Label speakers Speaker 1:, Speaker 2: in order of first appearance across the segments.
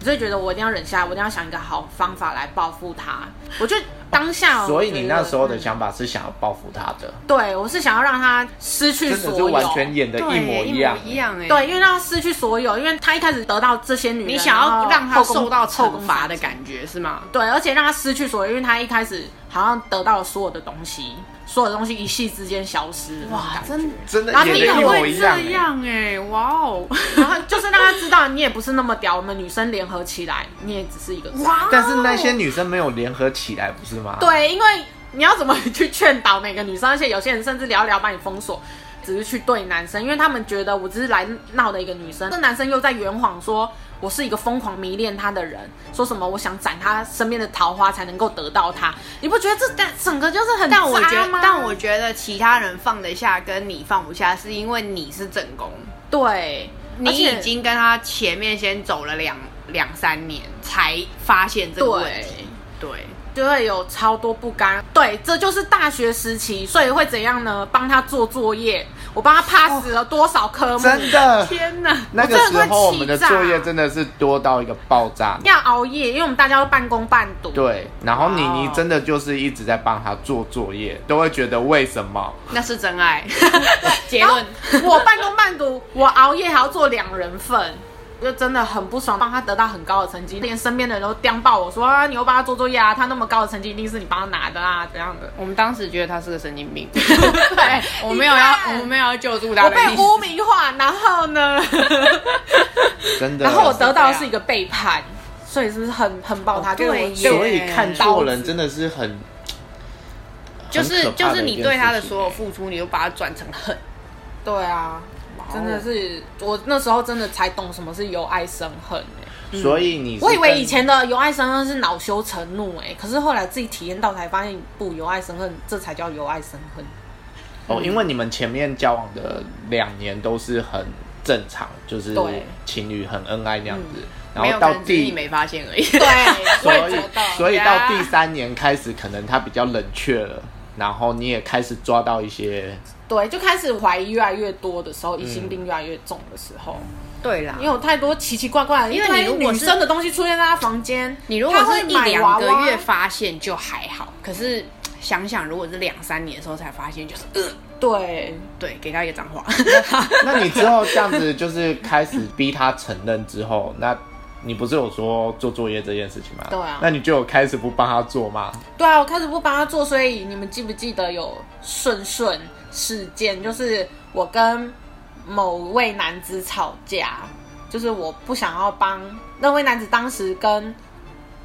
Speaker 1: 我就觉得我一定要忍下来，我一定要想一个好方法来报复他。我就当
Speaker 2: 哦
Speaker 1: 下，
Speaker 3: 所以你那时候的
Speaker 1: 我觉得
Speaker 3: 想法是想要报复他的，
Speaker 1: 对我是想要让他失去
Speaker 3: 真的
Speaker 1: 所
Speaker 3: 是
Speaker 1: 有，
Speaker 3: 完全演的
Speaker 2: 对
Speaker 3: 一模
Speaker 2: 一
Speaker 3: 样。
Speaker 2: 一样哎，
Speaker 1: 对，因为让他失去所有，因为他一开始得到这些女人，
Speaker 2: 你想要让
Speaker 1: 然
Speaker 2: 他
Speaker 1: 后后宫
Speaker 2: 受到
Speaker 1: 后
Speaker 2: 惩
Speaker 1: 宫
Speaker 2: 罚的
Speaker 1: 觉。
Speaker 2: 感觉是吗？
Speaker 1: 对，而且让他失去所有，因为他一开始好像得到了所有的东西，所有的东西一夕之间消失。哇，
Speaker 2: 真的。
Speaker 3: 真的
Speaker 1: 然后
Speaker 3: 演
Speaker 1: 你
Speaker 3: 的
Speaker 1: 也
Speaker 3: 一模一样、
Speaker 2: 这
Speaker 3: 欸，
Speaker 2: 样哎，哇哦，
Speaker 1: 然后就是让他知道你也不是那么屌，我们女生联合起来，你也只是一个渣。
Speaker 2: 哇哦！
Speaker 3: 但是那些女生没有联合起来，不是吗？，
Speaker 1: 对，因为你要怎么去劝导每个女生，而且有些人甚至聊一聊把你封锁，只是去对男生，因为他们觉得我只是来闹的一个女生，这男生又在圆谎说。我是一个疯狂迷恋他的人，说什么我想斩他身边的桃花才能够得到他，你不觉得这整个就是很
Speaker 2: 但我觉
Speaker 1: 渣
Speaker 2: 得
Speaker 1: 吗，
Speaker 2: 但我觉得其他人放得下，跟你放不下，是因为你是正宫，
Speaker 1: 对，
Speaker 2: 你
Speaker 1: 而且
Speaker 2: 已经跟他前面先走了两两三年，才发现这个问
Speaker 1: 对
Speaker 2: 题。对，
Speaker 1: 就会有超多不甘。对，这就是大学时期，所以会怎样呢？帮他做作业，我帮他 pass 了多少科目？
Speaker 3: 真的。
Speaker 2: 天哪！
Speaker 3: 那个
Speaker 1: 我真
Speaker 3: 时
Speaker 1: 的快
Speaker 3: 候我们的
Speaker 1: 气炸
Speaker 3: 作业真的是多到一个爆炸。
Speaker 1: 要熬夜，因为我们大家都半工半读。
Speaker 3: 对，然后妮
Speaker 2: 哇哦
Speaker 3: 妮真的就是一直在帮他做作业，都会觉得为什么？
Speaker 2: 那是真爱。 结论。
Speaker 1: 我半工半读，我熬夜还要做两人份，就真的很不爽。帮他得到很高的成绩，连身边的人都刁爆我说啊，你又帮他做作业啊，他那么高的成绩一定是你帮他拿的啊，怎样的？
Speaker 2: 我们当时觉得他是个神 经病，
Speaker 1: 对，
Speaker 2: 我没有要
Speaker 1: 你，看
Speaker 2: 我们没有要救助他
Speaker 1: 我
Speaker 2: 的
Speaker 1: 被
Speaker 2: 意思。
Speaker 1: 污名化，然后 呢？
Speaker 3: 真的。啊
Speaker 1: 然后我得到的是一个背叛，所以是不是很很爆他？
Speaker 2: 哦对
Speaker 1: 我
Speaker 2: 耶
Speaker 1: 有
Speaker 3: 所以看错人真的是很，
Speaker 2: 就是
Speaker 3: 很可
Speaker 2: 就
Speaker 3: 怕
Speaker 2: 是
Speaker 3: 的一
Speaker 2: 你
Speaker 3: 件
Speaker 2: 对他的
Speaker 3: 事情欸
Speaker 2: 所有付出，你就把它转成恨。
Speaker 1: 对啊，真的是我那时候真的才懂什么是由爱生恨、欸。
Speaker 2: 嗯
Speaker 3: 所以你是
Speaker 1: 我以为
Speaker 3: 跟
Speaker 1: 以前的由爱生恨是恼羞成怒、欸，可是后来自己体验到才发现，不，由爱生恨这才叫由爱生恨。
Speaker 3: 哦，
Speaker 1: 嗯
Speaker 3: 因为你们前面交往的两年都是很正常，就是
Speaker 1: 对嗯
Speaker 3: 情侣很恩爱那样子，
Speaker 2: 没
Speaker 3: 然
Speaker 2: 有
Speaker 3: 后到
Speaker 2: 可能只是你
Speaker 3: 第
Speaker 2: 没发现而 已。
Speaker 1: 对，我
Speaker 3: 所以
Speaker 1: 也觉得。
Speaker 3: 所以
Speaker 2: 对
Speaker 3: 到
Speaker 2: 啊
Speaker 3: 第三年开始，可能他比较冷却了，然后你也开始抓到 一些
Speaker 1: 对，就开始怀疑越来越多的时候，疑
Speaker 3: 嗯
Speaker 1: 心病越来越重的时候，
Speaker 2: 对啦
Speaker 1: 因为有太多奇奇怪怪的，
Speaker 2: 因为你
Speaker 1: 一堆
Speaker 2: 如果
Speaker 1: 女
Speaker 2: 是
Speaker 1: 生的东西出现在他房间，
Speaker 2: 你如果
Speaker 1: 他
Speaker 2: 是
Speaker 1: 会
Speaker 2: 一
Speaker 1: 买
Speaker 2: 两
Speaker 1: 娃
Speaker 2: 个
Speaker 1: 娃
Speaker 2: 月发现就还好，可是想想如果是两三年的时候才发现，就是、呃、
Speaker 1: 对，
Speaker 2: 对，给他一个脏话。
Speaker 3: 那你之后这样子就是开始逼他承认之后，那你不是有说做作业这件事情吗？
Speaker 1: 对啊
Speaker 3: 那你就有开始不帮他做吗？
Speaker 1: 对啊，我开始不帮他做，所以你们记不记得有顺顺事件？就是我跟某位男子吵架，就是我不想要帮那位男子，当时跟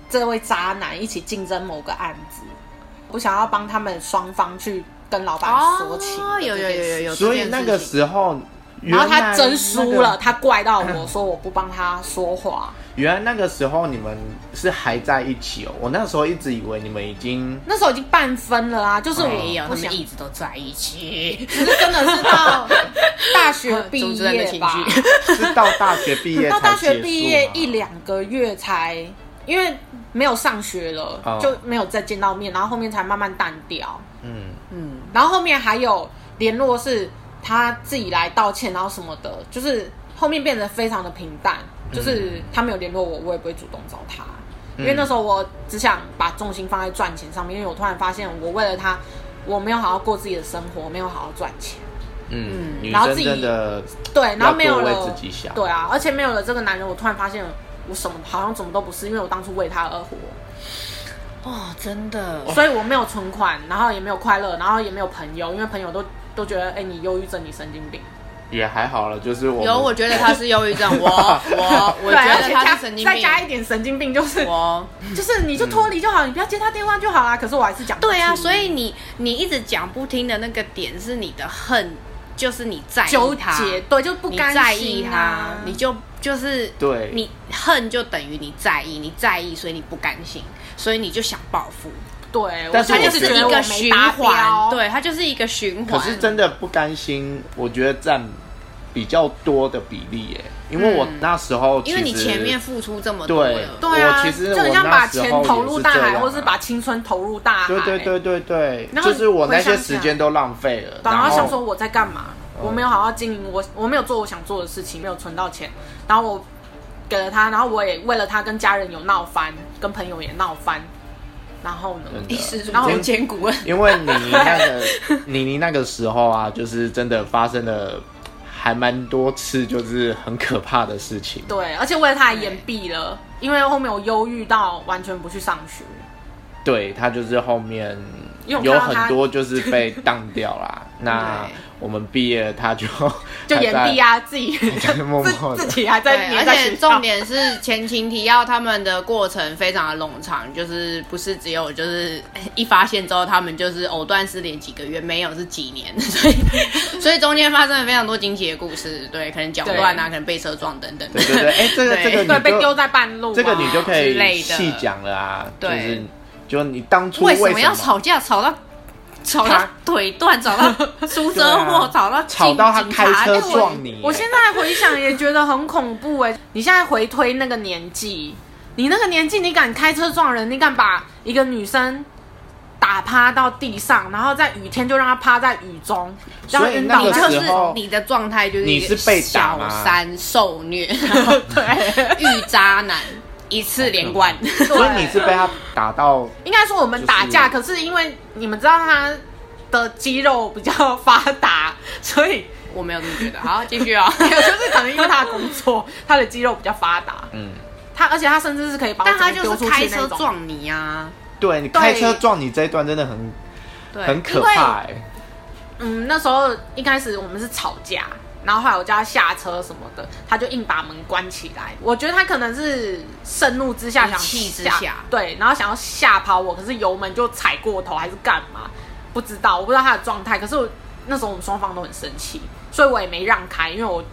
Speaker 1: 这位渣男一起竞争某个案子，不想要帮他们双方去跟老板说情的
Speaker 2: 哦 有
Speaker 1: 这
Speaker 2: 有
Speaker 1: 件事
Speaker 2: 有有有，
Speaker 3: 所以
Speaker 2: 这件
Speaker 3: 那
Speaker 2: 事
Speaker 3: 个
Speaker 2: 情
Speaker 3: 时候，
Speaker 1: 然后
Speaker 3: 原来
Speaker 1: 他真输了，
Speaker 3: 那个。
Speaker 1: 他怪到我说我不帮他说话。
Speaker 3: 原来那个时候你们是还在一起哦，我那时候一直以为你们已经
Speaker 1: 那时候已经半分了啊，就是我
Speaker 2: 没有，他
Speaker 1: 不想
Speaker 2: 们一直都在一起。
Speaker 1: 只是真的是到大 学毕
Speaker 2: 主持人的
Speaker 1: 业
Speaker 2: 情
Speaker 1: 吧，
Speaker 2: 绪
Speaker 3: 是到大学毕业 才
Speaker 1: 到大学
Speaker 3: 结束
Speaker 1: 毕业
Speaker 3: 吗
Speaker 1: 一两个月才，因为没有上学了，
Speaker 3: 哦
Speaker 1: 就没有再见到面，然后后面才慢慢淡掉，
Speaker 3: 嗯，
Speaker 2: 嗯，
Speaker 1: 然后后面还有联络是他自己来道歉，然后什么的，就是后面变得非常的平淡，就是他没有联络我，我也不会主动找他。因为那时候我只想把重心放在赚钱上面，因为我突然发现我为了他，我没有好好过自己的生活，没有好好赚钱。
Speaker 3: 嗯，女
Speaker 1: 然后
Speaker 3: 生
Speaker 1: 自己
Speaker 3: 真的
Speaker 1: 对，然后没有
Speaker 3: 要
Speaker 1: 了
Speaker 3: 多为自己想
Speaker 1: 对啊，而且没有了这个男人，我突然发现我什么好像怎么都不是，因为我当初为他而活，
Speaker 2: 哦，真的，
Speaker 1: 所以我没有存款，然后也没有快乐，然后也没有朋友，因为朋友都都觉得哎、你忧郁症，你神经病。
Speaker 3: 也还好了，就是我
Speaker 2: 有，
Speaker 3: 们
Speaker 2: 我觉得他是忧郁症，我我我
Speaker 1: 对，
Speaker 2: 觉
Speaker 1: 而
Speaker 2: 得
Speaker 1: 且
Speaker 2: 他
Speaker 1: 加
Speaker 2: 是神经
Speaker 1: 再
Speaker 2: 病，
Speaker 1: 加一点神经病，就是
Speaker 2: 我。
Speaker 1: 就是你就脱离就好，你不要接他电话就好啦。可是我还是讲不
Speaker 2: 对啊，
Speaker 1: 出
Speaker 2: 所以你你一直讲不听的那个点是你的恨，就是你在意
Speaker 1: 纠
Speaker 2: 他
Speaker 1: 结，对，就不
Speaker 2: 你
Speaker 1: 甘
Speaker 2: 在意
Speaker 1: 心
Speaker 2: 他
Speaker 1: 啊，，
Speaker 2: 你就就是
Speaker 3: 对
Speaker 2: 你恨就等于你在意，你在意，所以你不甘心，所以你就想报复，
Speaker 1: 对，
Speaker 3: 但是
Speaker 1: 我
Speaker 3: 我
Speaker 2: 就
Speaker 1: 就是
Speaker 2: 是
Speaker 1: 觉
Speaker 2: 一
Speaker 1: 得
Speaker 2: 个
Speaker 1: 我没
Speaker 2: 循
Speaker 1: 达标
Speaker 2: 环，，对，它就是一个循
Speaker 3: 可
Speaker 2: 环。
Speaker 3: 是真的不甘心，我觉得占比较多的比例耶，因
Speaker 1: 嗯
Speaker 3: 为我那时候其
Speaker 2: 因
Speaker 3: 实、
Speaker 2: 为你前面付出这么多
Speaker 3: 对
Speaker 2: 了，
Speaker 1: 对啊，
Speaker 3: 我其实
Speaker 1: 就很
Speaker 3: 我
Speaker 1: 像
Speaker 3: 那
Speaker 1: 把
Speaker 3: 时
Speaker 1: 钱
Speaker 3: 候
Speaker 1: 投
Speaker 3: 也
Speaker 1: 入
Speaker 3: 是
Speaker 1: 大
Speaker 3: 这
Speaker 1: 海，
Speaker 3: 样
Speaker 1: 或是
Speaker 3: 啊
Speaker 1: 把青春投入大海。
Speaker 3: 对对对对对，
Speaker 1: 然后
Speaker 3: 就是我那些
Speaker 1: 回想起
Speaker 3: 时
Speaker 1: 来
Speaker 3: 间都浪费了，
Speaker 1: 然后
Speaker 3: 后嗯
Speaker 1: 想说我在干嘛，我没有好好经营我，我没有做我想做的事情，没有存到钱，然后我给了他，然后我也为了他跟家人有闹翻，跟朋友也闹翻，然后呢，
Speaker 3: 真的
Speaker 2: 一时
Speaker 1: 然后
Speaker 2: 人间骨问，
Speaker 3: 因为妮妮那 个妮妮那个时候啊，就是真的发生了还蛮多次，就是很可怕的事情。
Speaker 1: 对，而且为了他还延毕了，因为后面我忧郁到完全不去上学，
Speaker 3: 对她就是后面
Speaker 1: 因为我
Speaker 3: 有
Speaker 1: 看到她
Speaker 3: 很多就是被当掉啦。那我们毕业了，她就
Speaker 1: 就延毕
Speaker 3: 啊，
Speaker 1: 啊，自己
Speaker 3: 在默
Speaker 1: 自
Speaker 3: 默地
Speaker 1: 自己还在
Speaker 2: 对，而
Speaker 1: 黏在学
Speaker 2: 且
Speaker 1: 校
Speaker 2: 重点是前情提要，他们的过程非常的冗长，就是不是只有就是一发现之后，他们就是藕断丝连几个月，没有是几年， 所以所以中间发生了非常多惊奇的故事，对，可能脚断啊，可能被车撞等等。
Speaker 3: 对对对，哎、这个
Speaker 2: 对
Speaker 3: 这个你
Speaker 1: 对
Speaker 3: 就
Speaker 1: 被丢在半路啊、
Speaker 3: 这个你就可
Speaker 2: 之
Speaker 3: 以
Speaker 2: 类的
Speaker 3: 细讲了啊，就
Speaker 2: 对
Speaker 3: 是就你当初
Speaker 2: 为什
Speaker 3: 什
Speaker 2: 么要吵架？吵到吵到
Speaker 1: 他
Speaker 2: 腿断，吵到出车
Speaker 3: 对
Speaker 2: 祸
Speaker 3: 啊，
Speaker 2: 吵到
Speaker 3: 吵到他
Speaker 2: 进警
Speaker 3: 开
Speaker 2: 察
Speaker 3: 车
Speaker 2: 对我
Speaker 3: 撞你、
Speaker 1: 我现在回想也觉得很恐怖哎、你现在回推那个年纪，你那个年纪，你敢开车撞人，你敢把一个女生打趴到地上，然后在雨天就让她趴在雨中，让她
Speaker 3: 所以
Speaker 1: 晕
Speaker 3: 那
Speaker 1: 倒
Speaker 3: 个
Speaker 2: 你
Speaker 1: 在
Speaker 2: 就
Speaker 1: 地
Speaker 3: 时
Speaker 2: 是
Speaker 3: 候
Speaker 2: 你的状态就是
Speaker 3: 你
Speaker 2: 一个
Speaker 3: 是被打
Speaker 2: 小
Speaker 3: 吗
Speaker 2: 三受虐，遇渣男一次连贯，
Speaker 3: 所以你是被他打到
Speaker 1: 应该说我们打架，
Speaker 3: 就
Speaker 1: 可是因为你们知道她的肌肉比较发达，所以
Speaker 2: 我没有这么觉得。好，继续 啊、哦。
Speaker 1: 就是可能因为她的工作，她的肌肉比较发达，
Speaker 3: 嗯，
Speaker 1: 她而且她甚至是可以把我
Speaker 2: 但他
Speaker 1: 整个
Speaker 2: 就
Speaker 1: 丢出
Speaker 2: 是
Speaker 1: 去
Speaker 2: 开
Speaker 1: 那
Speaker 2: 车
Speaker 1: 种。
Speaker 2: 撞你啊，
Speaker 3: 对你
Speaker 1: 对
Speaker 3: 开车撞你这一段真的很
Speaker 2: 对，
Speaker 3: 很可怕、欸，
Speaker 1: 嗯，那时候一开始我们是吵架，然后后来我叫他下车什么的，他就硬把门关起来。我觉得他可能是盛怒之下
Speaker 2: 一
Speaker 1: 想
Speaker 2: 气之
Speaker 1: 吓
Speaker 2: 下
Speaker 1: 对，然后想要吓跑我，可是油门就踩过头还是干嘛？不知道，我不知道他的状态。可是我那时候我们双方都很生气，所以我也没让开，因为我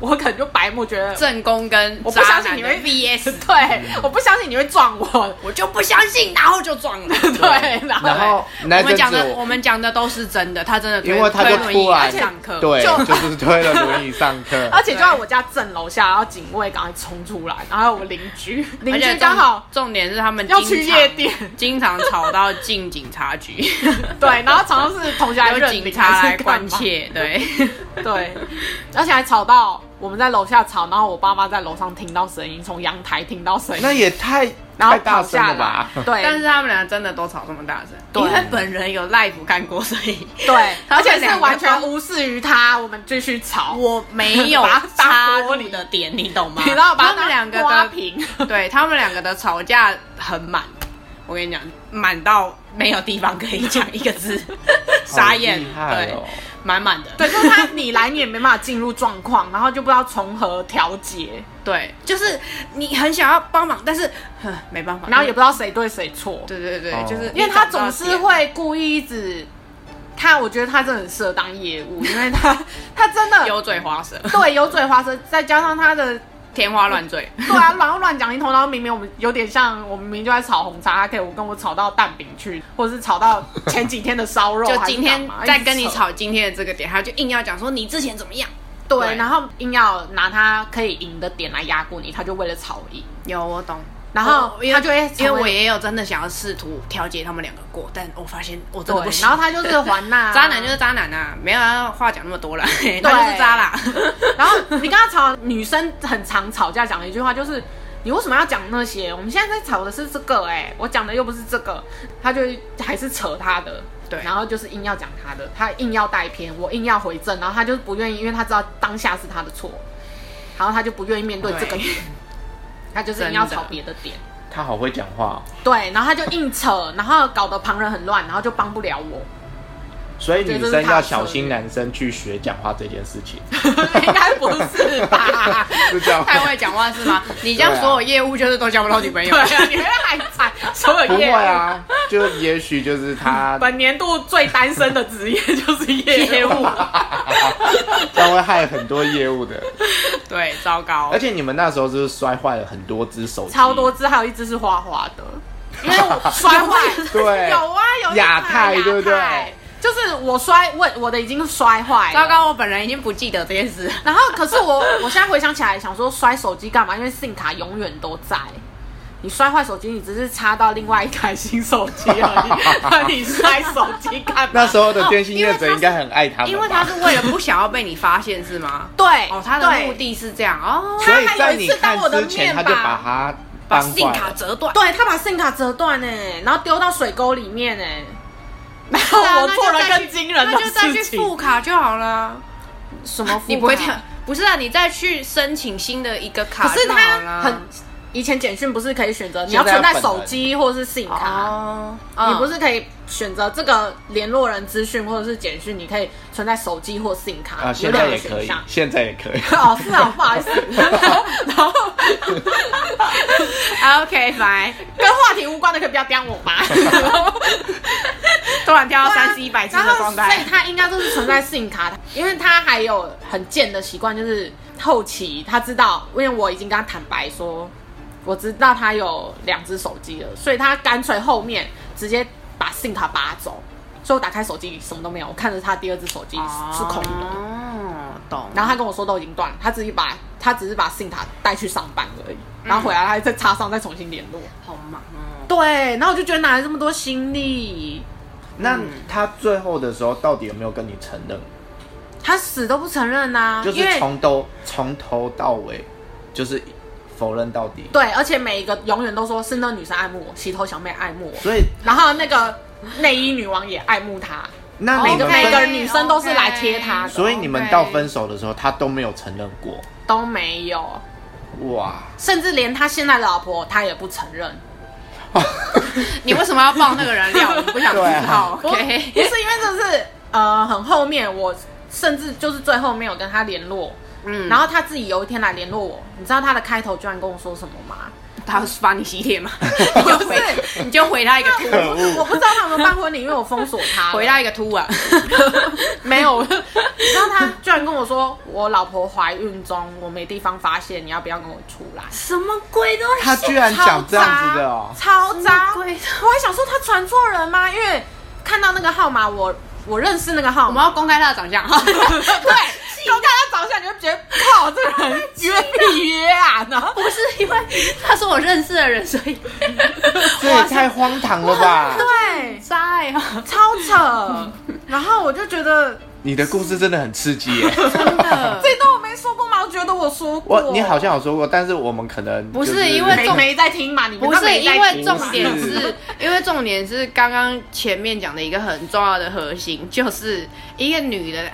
Speaker 1: 我可能就白目觉得，
Speaker 2: 正宫跟
Speaker 1: 我不
Speaker 2: 渣
Speaker 1: 相信
Speaker 2: 男
Speaker 1: 你
Speaker 2: 的
Speaker 1: 会
Speaker 2: VS，
Speaker 1: 对，我不相信你会撞我，
Speaker 2: 我就不相信，然后就撞 了。
Speaker 1: 对，然后
Speaker 3: 然后那
Speaker 2: 我们
Speaker 3: 阵
Speaker 2: 讲
Speaker 3: 子
Speaker 2: 的我们讲的都是真的，他真的推
Speaker 3: 因为他就
Speaker 2: 推轮椅
Speaker 3: 突然
Speaker 2: 来上课，
Speaker 3: 对，
Speaker 1: 就
Speaker 3: 就是推了轮椅上课，
Speaker 1: 而且就在我家正楼下，然后警卫赶快冲出来，然后还有我邻居，邻
Speaker 2: 而且
Speaker 1: 居
Speaker 2: 重
Speaker 1: 刚好。
Speaker 2: 重点是他们
Speaker 1: 要
Speaker 2: 经
Speaker 1: 去
Speaker 2: 常
Speaker 1: 夜店，
Speaker 2: 经常吵到进警察局，
Speaker 1: 对，然后常常是同学来
Speaker 2: 有
Speaker 1: 认
Speaker 2: 警
Speaker 1: 领
Speaker 2: 察
Speaker 1: 还
Speaker 2: 来
Speaker 1: 是干
Speaker 2: 关
Speaker 1: 嘛，
Speaker 2: 切， 对，
Speaker 1: 对，而且还吵到我们在楼下吵，然后我爸妈在楼上听到声音，从阳台听到声音，
Speaker 3: 那也太
Speaker 1: 然后
Speaker 3: 太大
Speaker 1: 跑
Speaker 3: 声
Speaker 1: 下
Speaker 3: 了
Speaker 1: 来，
Speaker 3: 吧？
Speaker 1: 对，
Speaker 2: 但是他们俩真的都吵这么大声，
Speaker 1: 对
Speaker 2: 因为本人有 live 看过，所以
Speaker 1: 对， 而
Speaker 2: 他们
Speaker 1: 且
Speaker 2: 两
Speaker 1: 是
Speaker 2: 个
Speaker 1: 完全
Speaker 2: 都
Speaker 1: 无视于他，我们继续吵，
Speaker 2: 我没 有
Speaker 1: 把它当
Speaker 2: 插
Speaker 1: 玻
Speaker 2: 入
Speaker 1: 璃
Speaker 2: 的点，你懂吗？
Speaker 1: 你知道把
Speaker 2: 他
Speaker 1: 它
Speaker 2: 们两个
Speaker 1: 刮
Speaker 2: 的
Speaker 1: 平，
Speaker 2: 对他们两个的吵架很满，我跟你讲，满到没有地方可以讲一个字， 傻眼，
Speaker 3: 好厉害
Speaker 2: 对
Speaker 3: 哦，
Speaker 2: 满满的，
Speaker 1: 对，就是他你来你也没办法进入状况，然后就不知道从何调 节，
Speaker 2: 对，就是你很想要帮忙，但是呵没办法，
Speaker 1: 然后也不知道谁对谁错，
Speaker 2: 对对对，
Speaker 3: 哦
Speaker 2: 就是你
Speaker 1: 因为他
Speaker 2: 找不
Speaker 1: 总
Speaker 2: 到
Speaker 1: 是
Speaker 2: 点
Speaker 1: 会故意一直。他我觉得他真的很适合当业务，因为 他他真的
Speaker 2: 油嘴滑舌、
Speaker 1: 对，油嘴滑舌，再加上他的
Speaker 2: 天花乱坠，
Speaker 1: 对啊，然后乱讲一通，然后明明我们有点像，我们明明就在炒红茶，他可以我跟我炒到蛋饼去，或者是炒到前几天的烧肉，
Speaker 2: 就
Speaker 1: 还是
Speaker 2: 今天
Speaker 1: 干嘛
Speaker 2: 在跟你，
Speaker 1: 一直
Speaker 2: 吵今天的这个点，他就硬要讲说你之前怎么样。
Speaker 1: 对，
Speaker 2: 对
Speaker 1: 然后硬要拿他可以赢的点来压过你，他就为了吵赢，
Speaker 2: 有，我懂。
Speaker 1: 然后
Speaker 2: 哦因为
Speaker 1: 他就会
Speaker 2: 因为
Speaker 1: 成为
Speaker 2: 我也有真的想要试图调节他们两个过，但我发现我真的不
Speaker 1: 对，
Speaker 2: 行。
Speaker 1: 然后他就是还那
Speaker 2: 渣男就是，渣男啊，没有要话讲那 么多了，嘿他就是渣啦。
Speaker 1: 然后你跟他吵，女生很常吵架讲的一句话就是。你为什么要讲那些？我们现在在吵的是这个、哎，我讲的又不是这个，他就还是扯他的，
Speaker 2: 对，
Speaker 1: 然后就是硬要讲他的，他硬要带偏，我硬要回正，然后他就是不愿意，因为他知道当下是他的错，然后他就不愿意面对这个
Speaker 2: 对
Speaker 1: 点，他就是硬要吵别的点，
Speaker 3: 他好会讲话哦、
Speaker 1: 对，然后他就硬扯，然后搞得旁人很乱，然后就帮不了我，
Speaker 3: 所以
Speaker 1: 对
Speaker 3: 女
Speaker 1: 这是
Speaker 3: 生
Speaker 1: 他
Speaker 3: 要
Speaker 1: 的
Speaker 3: 小心
Speaker 1: 策略
Speaker 3: 男生去学讲话这件事情，
Speaker 1: 应该不是吧？
Speaker 3: 是这样吗
Speaker 2: 啊太会讲话 是吗？你这样
Speaker 3: 对啊
Speaker 2: 所有业务就是都交不到女朋友
Speaker 1: 对。啊，你会害惨所
Speaker 3: 不
Speaker 1: 有
Speaker 3: 会
Speaker 1: 业务。
Speaker 3: 啊，就也许就是他，
Speaker 1: 本年度最单身的职业就是 业务，
Speaker 3: 这样会害很多业务的。
Speaker 2: 对，糟糕
Speaker 3: 而。且你们那时候就是摔坏了很多只手机，
Speaker 1: 超多只，还有一只是花花的，因为我摔坏
Speaker 3: 对
Speaker 1: 有啊，有一只
Speaker 3: 亚
Speaker 1: 亚
Speaker 3: 太对不对
Speaker 1: 太就是我摔，我我的已经摔坏了，
Speaker 2: 糟。糕，我本人已经不记得这件事。
Speaker 1: 然后可是我我现在回想起来，想说摔手机干嘛？因为 SIM 卡永远都在，你摔坏手机，你只是插到另外一台新手机而已， 那你摔手机干嘛？
Speaker 3: 那时候的电信
Speaker 2: 因为
Speaker 3: 业者
Speaker 1: 哦
Speaker 2: 他
Speaker 3: 应该很爱他们吧，
Speaker 2: 因为他是为了不想要被你发现，是吗？
Speaker 1: 对
Speaker 2: 哦，他的
Speaker 1: 对
Speaker 2: 目的是这样哦，
Speaker 3: 所以
Speaker 1: 他还有
Speaker 3: 在
Speaker 1: 一
Speaker 3: 你
Speaker 1: 次当
Speaker 3: 看
Speaker 1: 我的
Speaker 3: 之前，
Speaker 1: 面
Speaker 3: 他就
Speaker 1: 吧
Speaker 3: 把它
Speaker 2: 把
Speaker 3: 搬
Speaker 2: 信
Speaker 3: 坏
Speaker 2: 卡
Speaker 3: 了。
Speaker 2: 折断。
Speaker 1: 对他把 SIM 卡折断哎、然后丢到水沟里面哎、然后
Speaker 2: 对 啊
Speaker 1: 我
Speaker 2: 那就
Speaker 1: 做了
Speaker 2: 再去
Speaker 1: 更惊人
Speaker 2: 那
Speaker 1: 的
Speaker 2: 就再去
Speaker 1: 事
Speaker 2: 副
Speaker 1: 情。
Speaker 2: 卡就好了。
Speaker 1: 什么副
Speaker 2: 你不会
Speaker 1: 卡
Speaker 2: 这样， 不是啊？你再去申请新的一个卡
Speaker 1: 可是
Speaker 2: 就好
Speaker 1: 他
Speaker 2: 了，
Speaker 1: 很以前简讯不是可以选择你要存在手机或是 SIM 卡，
Speaker 2: 哦，
Speaker 1: 你不
Speaker 2: 是
Speaker 1: 是可以选择这个联络人资讯或者是简讯，你可以存在手机或 SIM 卡，
Speaker 3: 啊，
Speaker 1: 有
Speaker 3: 现
Speaker 1: 两
Speaker 3: 在
Speaker 1: 个
Speaker 3: 也可
Speaker 1: 选
Speaker 3: 以
Speaker 1: 项，。
Speaker 3: 现在也可 以。
Speaker 1: 哦，是啊，不好意 思，然后
Speaker 2: OK fine。
Speaker 1: 跟话题无关的可以不要刁我吗？
Speaker 2: 突啊然跳到三十一百字
Speaker 1: 啊然
Speaker 2: 的
Speaker 1: 后所
Speaker 2: 光
Speaker 1: 以
Speaker 2: 带，
Speaker 1: 他应该都是存在 SIM 卡， 因为他还有很贱的习惯，就是后期他知道，因为我已经跟他坦白说，我知道他有两只手机了，所以他干脆后面直接把 SIM 卡拔走，所以我打开手机什么都没有，我看着他第二只手机是空的。
Speaker 2: 哦，懂。
Speaker 1: 然后他跟我说都已经断了，他只是把他只是把 SIM 卡带去上班而已，然后回来他再插上再重新联络。
Speaker 2: 好忙哦。
Speaker 1: 对，然后我就觉得哪来这么多心力？
Speaker 3: 那他最后的时候到底有没有跟你承认？
Speaker 1: 他死都不承认呐、
Speaker 3: 就
Speaker 1: 嗯因为
Speaker 3: 是从头从头到尾，就是否认到底。
Speaker 1: 对，而且每一个永远都说是那女生爱慕我，洗头小妹爱慕我，
Speaker 3: 所以
Speaker 1: 然后那个内衣女王也爱慕他，
Speaker 3: 那
Speaker 1: 每
Speaker 3: 你
Speaker 1: 个
Speaker 3: 们
Speaker 2: 哦 OK
Speaker 1: 每个
Speaker 3: 分，
Speaker 1: 女生都是来贴他的，
Speaker 3: 所以你们到分手的时候，他都没有承认过。
Speaker 1: 都没有，
Speaker 3: 哇，
Speaker 1: 甚至连他现在的老婆他也不承认。
Speaker 2: 你为什么要爆那个人 料？我不想知
Speaker 3: 对啊
Speaker 2: 道。
Speaker 1: 不不是因
Speaker 2: OK，
Speaker 1: 为 这是呃很后面，我甚至就是最后没有跟他联络，
Speaker 2: 嗯，然
Speaker 1: 然
Speaker 2: 后
Speaker 1: 后他自己有一天来联络我，你知道他的开头居然跟我说什么 吗？
Speaker 2: 他把你洗 脸嘛，你就回你就回他一个秃，
Speaker 3: 可恶
Speaker 1: 我不知道他有没有办婚礼，因为我封锁他了，
Speaker 2: 回他一个秃 啊。
Speaker 1: 没有，你知道他居然跟我说我老婆怀孕中，我没地方发泄，你要不要跟我出来？
Speaker 2: 什么鬼东
Speaker 3: 他居然讲这样子的哦、
Speaker 1: 超渣！
Speaker 2: 什么
Speaker 1: 我
Speaker 2: 鬼
Speaker 1: 还想说他传错人吗？因为看到那个号码，我我认识那个号
Speaker 2: 我
Speaker 1: 码
Speaker 2: 们，要公开他的长 相。
Speaker 1: 对，光看他长相，你就觉得靠，这个人约必约啊！然后
Speaker 2: 不是因为他是我认识的人，所以
Speaker 3: 这也太荒唐了吧！
Speaker 1: 对，
Speaker 2: 渣呀！
Speaker 1: 超扯。 然后我就觉得，
Speaker 3: 你的故事真的很刺激耶。
Speaker 2: 真的
Speaker 1: 这一段我没说过吗？我觉得我说过，
Speaker 3: 我你好像有说过，但是我们可能
Speaker 2: 不是
Speaker 3: 就
Speaker 2: 因为
Speaker 1: 没
Speaker 2: 重
Speaker 1: 没在听嘛？你们
Speaker 2: 不
Speaker 1: 都
Speaker 2: 是
Speaker 1: 没在
Speaker 2: 因为
Speaker 1: 听
Speaker 2: 重
Speaker 1: 嘛
Speaker 2: 点是，因为重点是刚刚前面讲的一个很重要的核心，就是一个女人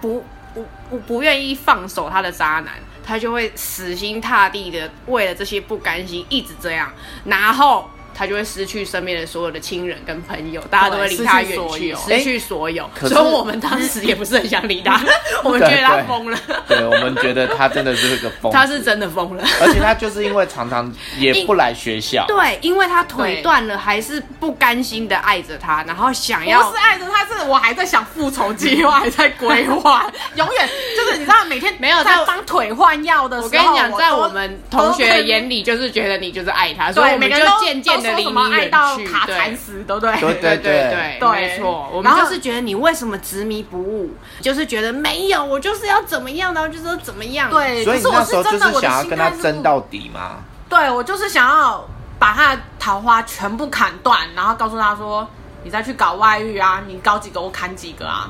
Speaker 2: 不不不不愿意放手她的渣男，她就会死心塌地的为了这些不甘心一直这样，然后。她就会失去身边的所有的亲人跟朋友，大家都会离她远去，
Speaker 1: 对
Speaker 2: 失去所有。
Speaker 3: 可
Speaker 2: 所
Speaker 3: 是
Speaker 2: 以我们当时也不是很想理她，我们觉得她
Speaker 3: 对对
Speaker 2: 疯了。
Speaker 3: 对我们觉得他真的是个疯，
Speaker 2: 他是真的疯了。
Speaker 3: 而且他就是因为常常也不来学校，
Speaker 2: 对，因为他腿断了，还是不甘心的爱着他，然后想要
Speaker 1: 不是爱着他，是我还在想复仇计划，还在规 划，永远就是你知道，每天
Speaker 2: 没有在
Speaker 1: 在帮腿换药的时候，
Speaker 2: 我跟你讲，在
Speaker 1: 都
Speaker 2: 我们同学眼里，就是觉得你就是爱他，所以
Speaker 1: 对
Speaker 2: 我
Speaker 1: 每
Speaker 2: 们
Speaker 1: 个
Speaker 2: 就
Speaker 1: 人都
Speaker 2: 渐渐的
Speaker 1: 都
Speaker 2: 离
Speaker 1: 说什
Speaker 2: 你
Speaker 1: 么爱
Speaker 2: 远
Speaker 1: 到
Speaker 2: 去。
Speaker 1: 卡
Speaker 2: 对
Speaker 1: 惨死，对不对？
Speaker 3: 对
Speaker 2: 对对
Speaker 3: 对
Speaker 1: 对
Speaker 2: 没错，我们
Speaker 1: 然后
Speaker 2: 就是觉得你为什么执迷不悟，就是觉得没有，我就是要怎么样，然后就是要怎么样。，
Speaker 1: 对，
Speaker 3: 所
Speaker 1: 可
Speaker 3: 以你
Speaker 1: 是我
Speaker 3: 那
Speaker 1: 是
Speaker 3: 时候就
Speaker 1: 真的
Speaker 3: 是想要跟他
Speaker 1: 我的心态是
Speaker 3: 争到底嘛。
Speaker 1: 不，对我就是想要把他的桃花全部砍断，然后告诉他说，你再去搞外遇啊，你搞几个我砍几个啊。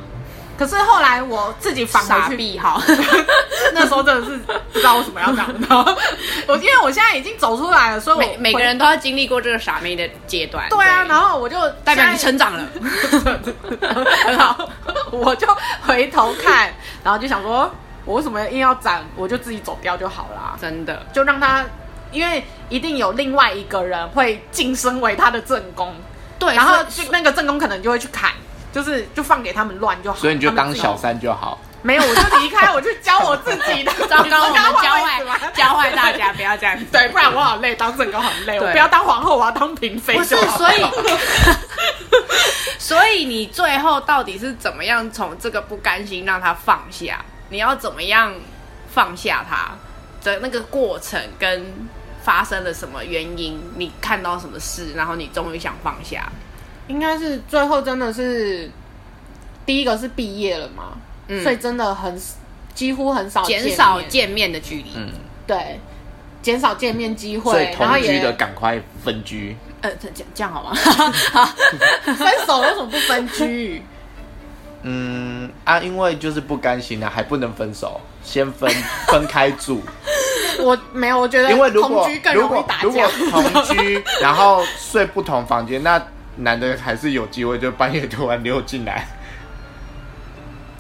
Speaker 1: 可是后来我自己返
Speaker 2: 傻
Speaker 1: 回去
Speaker 2: 逼好，
Speaker 1: 那时候真的是不知道为什么要这样。然 后我因为我现在已经走出来了，所以我
Speaker 2: 每每个人都要经历过这个傻妹的阶段。
Speaker 1: 对啊，然后我就
Speaker 2: 代表你
Speaker 1: 现
Speaker 2: 成长 了。
Speaker 1: 在 很 好，我就回头看，然后就想说，我为什么硬要斩？我就自己走掉就好啦，
Speaker 2: 真的，
Speaker 1: 就让他，因为一定有另外一个人会晋升为他的正宫，
Speaker 2: 对，
Speaker 1: 然后就
Speaker 2: 所以
Speaker 1: 那个正宫可能就会去砍。就是就放给他们乱就好，
Speaker 3: 所以你就
Speaker 1: 他们
Speaker 3: 当
Speaker 1: 自己
Speaker 3: 小三就好。
Speaker 1: 没有，我就离开，我去教我自己的。
Speaker 2: 糟糕，我们教
Speaker 1: 你知道
Speaker 2: 坏
Speaker 1: 吗
Speaker 2: 教坏大家，不要这样子。
Speaker 1: 对，不然我好累，当正宫很累，
Speaker 2: 对
Speaker 1: 我不要当皇后，我要当嫔妃
Speaker 2: 不是
Speaker 1: 就，好
Speaker 2: 所
Speaker 1: 了。
Speaker 2: 以， 所以你最后到底是怎么样从这个不甘心让他放下？你要怎么样放下他的那个过程跟发生了什么原因？你看到什么事，然后你终于想放下？
Speaker 1: 应该是最后真的是第一个是毕业了嘛，
Speaker 2: 嗯
Speaker 1: 所以真的很几乎很少
Speaker 2: 减少
Speaker 1: 面
Speaker 2: 见面的距离。
Speaker 3: 嗯，
Speaker 1: 对。减少见面机
Speaker 3: 所以
Speaker 1: 会，然后
Speaker 3: 同居
Speaker 1: 也
Speaker 3: 的赶快分居，
Speaker 2: 呃，这这这样好 吗？好
Speaker 1: 分手为什么不分居？
Speaker 3: 嗯啊，因为就是不甘心啊，还不能分手，先分 分开住，
Speaker 1: 我没有，我觉得
Speaker 3: 因为如果
Speaker 1: 同居更
Speaker 3: 如
Speaker 1: 容易
Speaker 3: 果
Speaker 1: 打
Speaker 3: 如
Speaker 1: 架
Speaker 3: 果。同居，然后睡不同房间，那男的还是有机会，就半夜突然溜进来，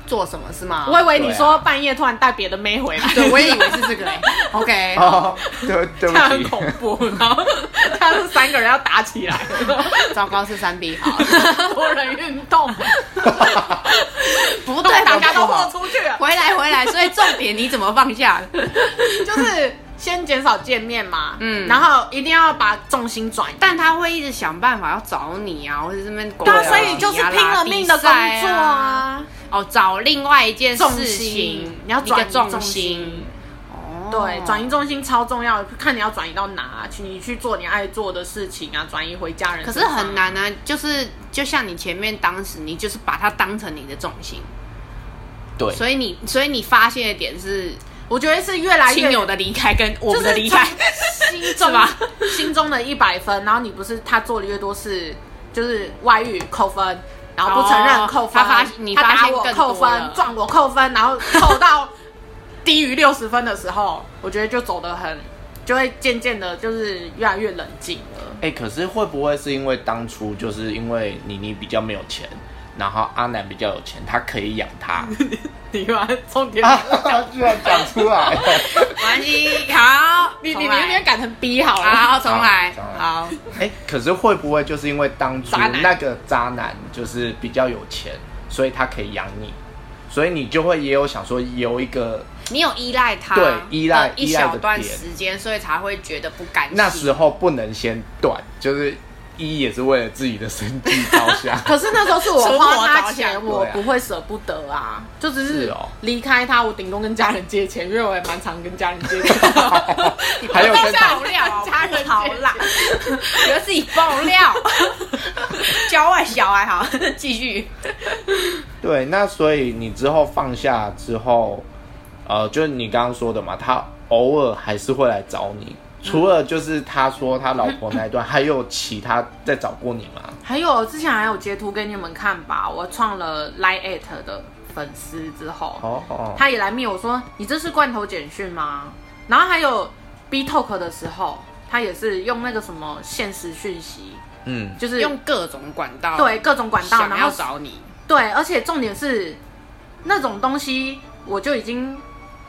Speaker 2: 做什么是吗？
Speaker 1: 我以为你
Speaker 3: 对啊
Speaker 1: 说半夜突然带别的妹回来，
Speaker 2: 对，我也 以为是这个嘞。OK，
Speaker 3: 哦，对对
Speaker 1: 他很
Speaker 3: 不
Speaker 1: 恐
Speaker 3: 起，
Speaker 1: 怖，然 后 他们三个人要打起来，
Speaker 2: 糟糕，是 三 B 好，
Speaker 1: 多人运动，
Speaker 2: 不
Speaker 1: 对
Speaker 3: 啊
Speaker 2: 对，
Speaker 1: 大家都
Speaker 2: 不好
Speaker 1: 豁出去啊了，
Speaker 2: 回来回来，所以重点你怎么放 下？
Speaker 1: 就是先减少见面嘛，
Speaker 2: 嗯
Speaker 1: 嗯，然后一定要把重心转移。
Speaker 2: 但他会一直想办法要找你啊，或者这边
Speaker 1: 对
Speaker 2: 对
Speaker 1: 啊，所以就是拼了命的工作。啊，
Speaker 2: 哦，找另外一件
Speaker 1: 重
Speaker 2: 事
Speaker 1: 心
Speaker 2: 情，
Speaker 1: 你要
Speaker 2: 一
Speaker 1: 转
Speaker 2: 个
Speaker 1: 移
Speaker 2: 重
Speaker 1: 重
Speaker 2: 心
Speaker 1: 心。
Speaker 2: 哦
Speaker 1: 对，转移重心超重要，看你要转移到哪，啊去你去做你爱做的事情啊，转移回家人。
Speaker 2: 可是很，难啊，就是就像你前面当时，你就是把它当成你的重心，
Speaker 3: 对，
Speaker 2: 所以你所以你发泄的点是
Speaker 1: 我觉得是越来越
Speaker 2: 亲友的离开跟我
Speaker 1: 就
Speaker 2: 们的
Speaker 1: 是
Speaker 2: 离开，
Speaker 1: 从 心
Speaker 2: 是
Speaker 1: 中
Speaker 2: 吧
Speaker 1: 心中的一百分，然后你不是他做的越多事，就是外遇扣分，然后不承认
Speaker 2: 哦
Speaker 1: 扣分，
Speaker 2: 他发你
Speaker 1: 他
Speaker 2: 发
Speaker 1: 打
Speaker 2: 现
Speaker 1: 我
Speaker 2: 更
Speaker 1: 扣
Speaker 2: 多了
Speaker 1: 分，撞我扣分，然后扣到低于六十分的时候，我觉得就走得很，就会渐渐的，就是越来越冷静 了。
Speaker 3: 哎、可是会不会是因为当初就是因为妮妮比较没有钱，然后阿南比较有钱，他可以养他
Speaker 1: 你把重点
Speaker 3: 啊？ 他居然讲出来了，
Speaker 2: 没关系，好，
Speaker 1: 你你
Speaker 2: 重
Speaker 1: 你
Speaker 2: 来
Speaker 1: 有点改成 B 好了。
Speaker 2: 好，重来
Speaker 3: 好重，来
Speaker 2: 好，
Speaker 3: 哎、可是会不会就是因为当初
Speaker 1: 渣男。
Speaker 3: 那个渣男就是比较有钱，所以他可以养你，所以你就会也有想说有一个
Speaker 2: 你有依赖他，
Speaker 3: 对依赖
Speaker 2: 呃一
Speaker 3: 依赖的
Speaker 2: 小段
Speaker 3: 点
Speaker 2: 时间，所以才会觉得不甘心。
Speaker 3: 那时候不能先断，就是一也是为了自己的生计着想
Speaker 1: 可是那时候是我花他钱，
Speaker 2: 生
Speaker 3: 活着想
Speaker 1: 我
Speaker 3: 对啊
Speaker 1: 不会舍不得啊，就只
Speaker 3: 是
Speaker 1: 是
Speaker 3: 哦
Speaker 1: 离开他，我顶多跟家人借钱，因为我也蛮常跟家人借钱。
Speaker 3: 还有跟
Speaker 2: 爆
Speaker 1: 爆
Speaker 2: 料
Speaker 1: 料
Speaker 2: 啊
Speaker 1: 啊，家人
Speaker 2: 好
Speaker 1: 好啦，
Speaker 2: 啦觉得自己爆 料，郊外小孩好，继续。
Speaker 3: 对，那所以你之后放下之后，呃，就是你刚刚说的嘛，他偶尔还是会来找你。除了就是他说他老婆那一段，还有其他在找过你吗？
Speaker 1: 还有之前还有截图给你们看吧，我创了 Line at 的粉丝之后，
Speaker 3: 哦哦，
Speaker 1: 他也来密我说你这是罐头简讯吗？然后还有 B Talk 的时候，他也是用那个什么限时讯息，
Speaker 3: 嗯，
Speaker 1: 就是
Speaker 2: 用各种管道，
Speaker 1: 对各种管道，
Speaker 2: 想
Speaker 1: 然
Speaker 2: 要
Speaker 1: 后
Speaker 2: 找你，
Speaker 1: 对，而且重点是那种东西，我就已经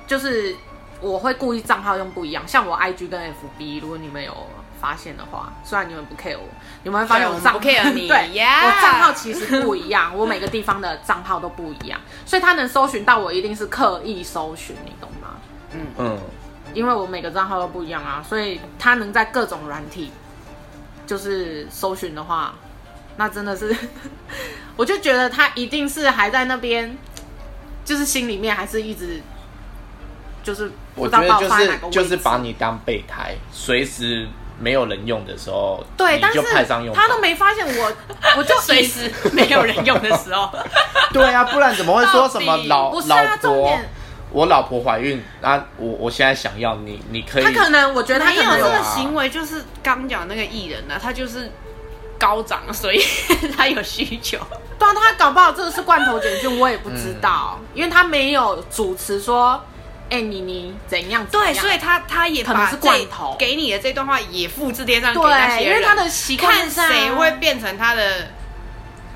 Speaker 1: 就是我会故意账号用不一样，像我 IG 跟 FB，如果你们有发现的话，虽然你们不 care 我，你们会发现
Speaker 2: 对我们
Speaker 1: 账
Speaker 2: 不 care 你
Speaker 1: 对
Speaker 2: yeah
Speaker 1: 我账号其实不一样，我每个地方的账号都不一样，所以他能搜寻到我，一定是刻意搜寻，你懂吗？
Speaker 3: 嗯，
Speaker 1: 因为我每个账号都不一样啊，所以他能在各种软体就是搜寻的话，那真的是， 我就觉得他一定是还在那边，就是心里面还是一直就是不
Speaker 3: 我
Speaker 1: 知道
Speaker 3: 觉
Speaker 1: 把我
Speaker 3: 得就
Speaker 1: 放在哪
Speaker 3: 是
Speaker 1: 个位置。
Speaker 3: 就是把你当备胎，随时没有人用的时候，
Speaker 1: 对，
Speaker 3: 你
Speaker 1: 但是
Speaker 3: 就派上用场。
Speaker 1: 他都没发现我，我 就
Speaker 2: 随时没有人用的时候，
Speaker 3: 对啊，不然怎么会说什么
Speaker 2: 到底
Speaker 3: 老
Speaker 1: 不是啊
Speaker 3: 老
Speaker 1: 重
Speaker 3: 婆
Speaker 1: 点？
Speaker 3: 我老婆怀孕啊，我我现在想要你，你可以。
Speaker 1: 他可能我觉得他
Speaker 2: 没
Speaker 1: 可
Speaker 2: 有
Speaker 1: 能有
Speaker 2: 这个
Speaker 3: 啊
Speaker 2: 行为，就是刚讲那个艺人呢、啊，他就是高涨，所以 他有需求。
Speaker 1: 对啊，他搞不好这个是罐头简讯，我也不知道，
Speaker 2: 嗯
Speaker 1: 因为他没有主持说，哎、你你怎样怎
Speaker 2: 对，
Speaker 1: 样，
Speaker 2: 所以他他也
Speaker 1: 可能
Speaker 2: 把
Speaker 1: 是
Speaker 2: 这
Speaker 1: 罐头
Speaker 2: 给你的这段话也复制贴上给那
Speaker 1: 对，
Speaker 2: 些
Speaker 1: 因
Speaker 2: 人，
Speaker 1: 为他的习惯
Speaker 2: 看
Speaker 1: 是这样
Speaker 2: 谁会变成他的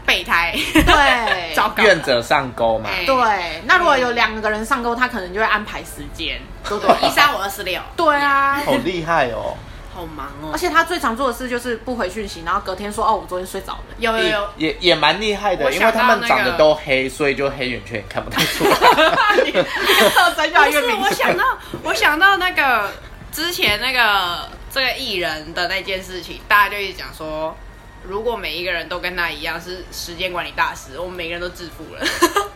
Speaker 2: 备胎，
Speaker 1: 对
Speaker 2: 糟糕，
Speaker 3: 愿者上钩嘛。
Speaker 2: 哎
Speaker 1: 对，那如果有两个人上钩，他可能就会安排时间。
Speaker 2: 多多一三五二四六，
Speaker 1: 对啊，
Speaker 3: 好厉害哦！
Speaker 2: 好忙哦
Speaker 1: 而。且他最常做的事就是不回讯息，然后隔天说哦，我昨天睡着 了。
Speaker 2: 有有有，
Speaker 3: 也也蛮厉害
Speaker 2: 哎我
Speaker 3: 的，因
Speaker 2: 想
Speaker 3: 为
Speaker 2: 到
Speaker 3: 他们长
Speaker 2: 那
Speaker 3: 得
Speaker 2: 个
Speaker 3: 都黑，所以就黑眼圈也看不太出 来。
Speaker 1: 特征越来
Speaker 2: 不
Speaker 1: 越
Speaker 2: 是
Speaker 1: 明
Speaker 2: 我
Speaker 1: 显。
Speaker 2: 想到 我想到那个之前那个这个艺人的那件事情，大家就一直讲说，如果每一个人都跟他一样是时间管理大师，我们每个人都致富 了。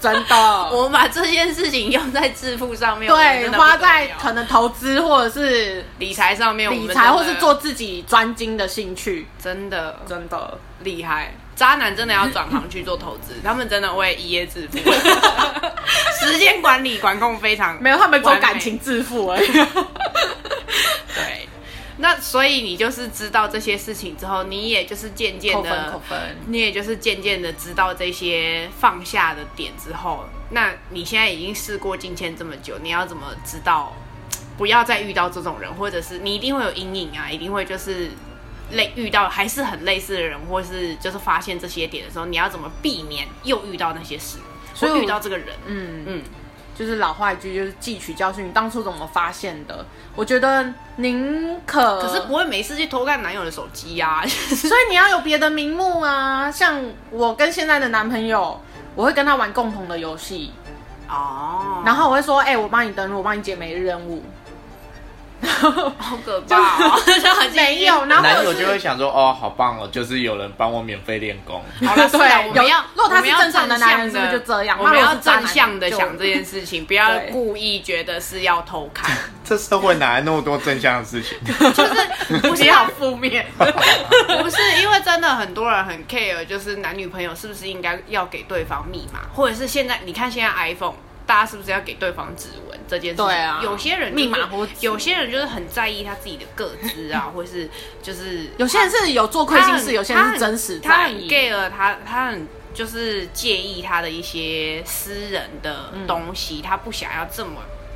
Speaker 1: 真的，
Speaker 2: 我们把这件事情用在致富上面，我们
Speaker 1: 对
Speaker 2: 真，的不
Speaker 1: 花
Speaker 2: 得
Speaker 1: 在
Speaker 2: 了
Speaker 1: 可能投资或者是
Speaker 2: 理财上面，我们
Speaker 1: 理财，
Speaker 2: 真的
Speaker 1: 或是做自己专精的兴趣，
Speaker 2: 真的
Speaker 1: 真的。
Speaker 2: 厉害。渣男真的要转行去做投资，他们真的会一 夜致富。时间管理管控非常
Speaker 1: 没有，他们走
Speaker 2: 完美
Speaker 1: 感情致富而已。
Speaker 2: 对，那所以你就是知道这些事情之后，你也就是渐渐
Speaker 1: 扣分
Speaker 2: 的
Speaker 1: 扣，分。
Speaker 2: 你也就是渐渐的知道这些放下的点之后，那你现在已经事过境迁这么久，你要怎么知道不要再遇到这种人，或者是你一定会有阴影啊，一定会就是类遇到还是很类似的人，或是就是发现这些点的时候，你要怎么避免又遇到那些事，
Speaker 1: 所以
Speaker 2: 或
Speaker 1: 我
Speaker 2: 遇到这个人？
Speaker 1: 嗯，
Speaker 2: 嗯，
Speaker 1: 就是老话一句，就是汲取教训。你当初怎么发现的？我觉得宁可，
Speaker 2: 可是不会没事去偷看男友的手机呀、啊，就是
Speaker 1: 所以你要有别的名目啊。像我跟现在的男朋友，我会跟他玩共同的游戏，
Speaker 2: 哦，
Speaker 1: 然后我会说，哎、我帮你登录，我帮你解每日任务。
Speaker 2: 好可怕、哦，就 很
Speaker 1: 没啊有，然后
Speaker 3: 男
Speaker 1: 或
Speaker 3: 友
Speaker 1: 者
Speaker 3: 就是会想说，哦，好棒哦，就是有人帮我免费练功。
Speaker 2: 好 了，是啦
Speaker 1: 对
Speaker 2: 我们要
Speaker 1: 有，如果他是
Speaker 2: 我们要
Speaker 1: 正常的男人是
Speaker 2: 正
Speaker 1: 不
Speaker 2: 向
Speaker 1: 是就这样
Speaker 2: 我们
Speaker 1: 那
Speaker 2: 要
Speaker 1: 如果是渣
Speaker 2: 正
Speaker 1: 男
Speaker 2: 向的
Speaker 1: 就
Speaker 2: 想这件事情，不要
Speaker 1: 对
Speaker 2: 故意觉得是要偷看，
Speaker 3: 这社会哪来那么多正向的事情？
Speaker 2: 就是不是
Speaker 1: 你好
Speaker 2: 要
Speaker 1: 负面，
Speaker 2: 不是因为真的很多人很 care，就是男女朋友是不是应该要给对方密码，或者是现在你看现在 iPhone。大家是不是要给对方指纹这件事情？
Speaker 1: 对啊
Speaker 2: 有些人
Speaker 1: 密
Speaker 2: 就是
Speaker 1: 码或指纹
Speaker 2: 有些人就是很在意他自己的个资啊，或是就是
Speaker 1: 有些人是有做亏
Speaker 2: 他
Speaker 1: 心
Speaker 2: 很
Speaker 1: 事，有些
Speaker 2: 他
Speaker 1: 人
Speaker 2: 很
Speaker 1: 是真实
Speaker 2: 他
Speaker 1: 在
Speaker 2: 很
Speaker 1: 意。
Speaker 2: care 他，他很就是介意他的一些私人的东西，他不想要这么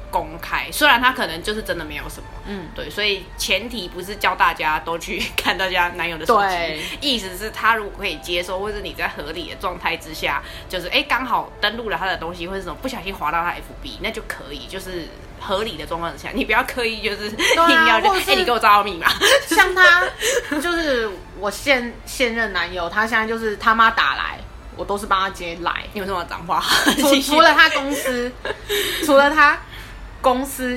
Speaker 2: 公开。虽然他可能就是真的没有什么，
Speaker 1: 嗯，
Speaker 2: 对，所以前提不是叫大家都去看大家男友的手
Speaker 1: 对
Speaker 2: 机，意思是他如果可以接受，或者你在合理的状态之下，就是哎刚、好登录了他的东西，或者什么不小心滑到他 FB，那就可以，就是合理的状况之下，你不要刻意就是
Speaker 1: 啊
Speaker 2: 硬要就
Speaker 1: 或
Speaker 2: 哎、
Speaker 1: 者是
Speaker 2: 你给我找到密码，
Speaker 1: 像他就是我现现任男友，他现在就是他妈打来，我都是帮他接来。
Speaker 2: 你有什么脏话？
Speaker 1: 除
Speaker 2: 继续
Speaker 1: 除了他公司，除了他公司